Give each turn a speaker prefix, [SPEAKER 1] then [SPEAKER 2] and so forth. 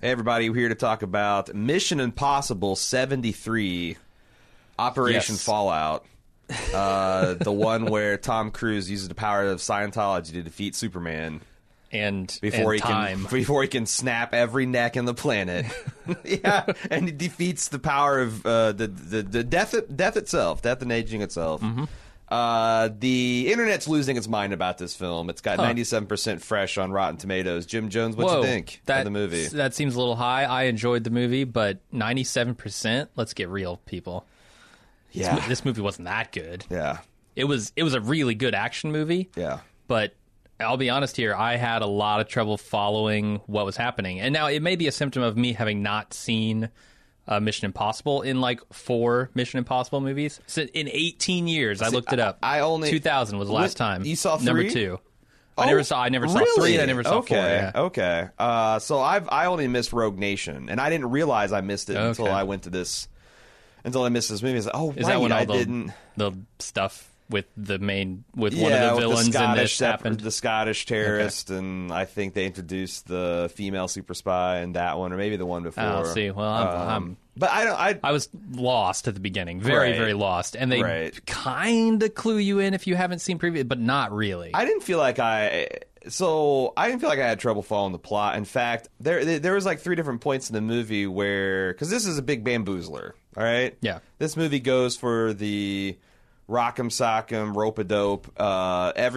[SPEAKER 1] Hey, everybody, we're here to talk about Mission Impossible 73, Operation
[SPEAKER 2] Yes.
[SPEAKER 1] Fallout. Uh, the one where Tom Cruise uses the power of Scientology to defeat Superman
[SPEAKER 2] and
[SPEAKER 1] before
[SPEAKER 2] and
[SPEAKER 1] he
[SPEAKER 2] time.
[SPEAKER 1] can before he can snap every neck in the planet. yeah, and he defeats the power of uh, the, the the death death itself, death and aging itself.
[SPEAKER 2] Mm-hmm.
[SPEAKER 1] Uh, the internet's losing its mind about this film. It's got ninety seven percent fresh on Rotten Tomatoes. Jim Jones, what
[SPEAKER 2] Whoa,
[SPEAKER 1] you think
[SPEAKER 2] that,
[SPEAKER 1] of the movie?
[SPEAKER 2] That seems a little high. I enjoyed the movie, but ninety-seven percent. Let's get real, people. This, mo-
[SPEAKER 1] Yeah,
[SPEAKER 2] this movie wasn't that good.
[SPEAKER 1] yeah,
[SPEAKER 2] It was. It was a really good action movie.
[SPEAKER 1] yeah.
[SPEAKER 2] but I'll be honest here, I had a lot of trouble following what was happening. And now it may be a symptom of me having not seen uh, Mission Impossible in like four Mission Impossible movies. So in 18 years, I looked it up.
[SPEAKER 1] I- I only-
[SPEAKER 2] 2000 was the last
[SPEAKER 1] Wh-
[SPEAKER 2] time.
[SPEAKER 1] you saw
[SPEAKER 2] Number
[SPEAKER 1] three?
[SPEAKER 2] two.
[SPEAKER 1] Oh,
[SPEAKER 2] I never saw. I never saw
[SPEAKER 1] really?
[SPEAKER 2] three. I never saw
[SPEAKER 1] okay,
[SPEAKER 2] four. Yeah.
[SPEAKER 1] Okay. Uh, so I've I only missed Rogue Nation, and I didn't realize I missed it until
[SPEAKER 2] Okay.
[SPEAKER 1] I went to this. Until I missed this movie, I was like, oh,
[SPEAKER 2] Is
[SPEAKER 1] right,
[SPEAKER 2] that when all
[SPEAKER 1] I
[SPEAKER 2] the,
[SPEAKER 1] didn't.
[SPEAKER 2] the stuff with the main with one
[SPEAKER 1] yeah,
[SPEAKER 2] of the villains
[SPEAKER 1] with the
[SPEAKER 2] in
[SPEAKER 1] Scottish
[SPEAKER 2] this
[SPEAKER 1] separ-
[SPEAKER 2] happened?
[SPEAKER 1] the Scottish terrorist, and I think they introduced the female super spy in that one, or maybe the one before. Um,
[SPEAKER 2] I'll Oh, see. Well, I'm, I'm
[SPEAKER 1] but I don't. I,
[SPEAKER 2] I was lost at the beginning, very
[SPEAKER 1] Right.
[SPEAKER 2] very lost, and they
[SPEAKER 1] Right.
[SPEAKER 2] kind of clue you in if you haven't seen previous, but not really.
[SPEAKER 1] I didn't feel like I. So I didn't feel like I had trouble following the plot. In fact, there there was like three different points in the movie where because this is a big bamboozler. All right.
[SPEAKER 2] Yeah.
[SPEAKER 1] This movie goes for the rock'em sock'em rope a dope. Uh, every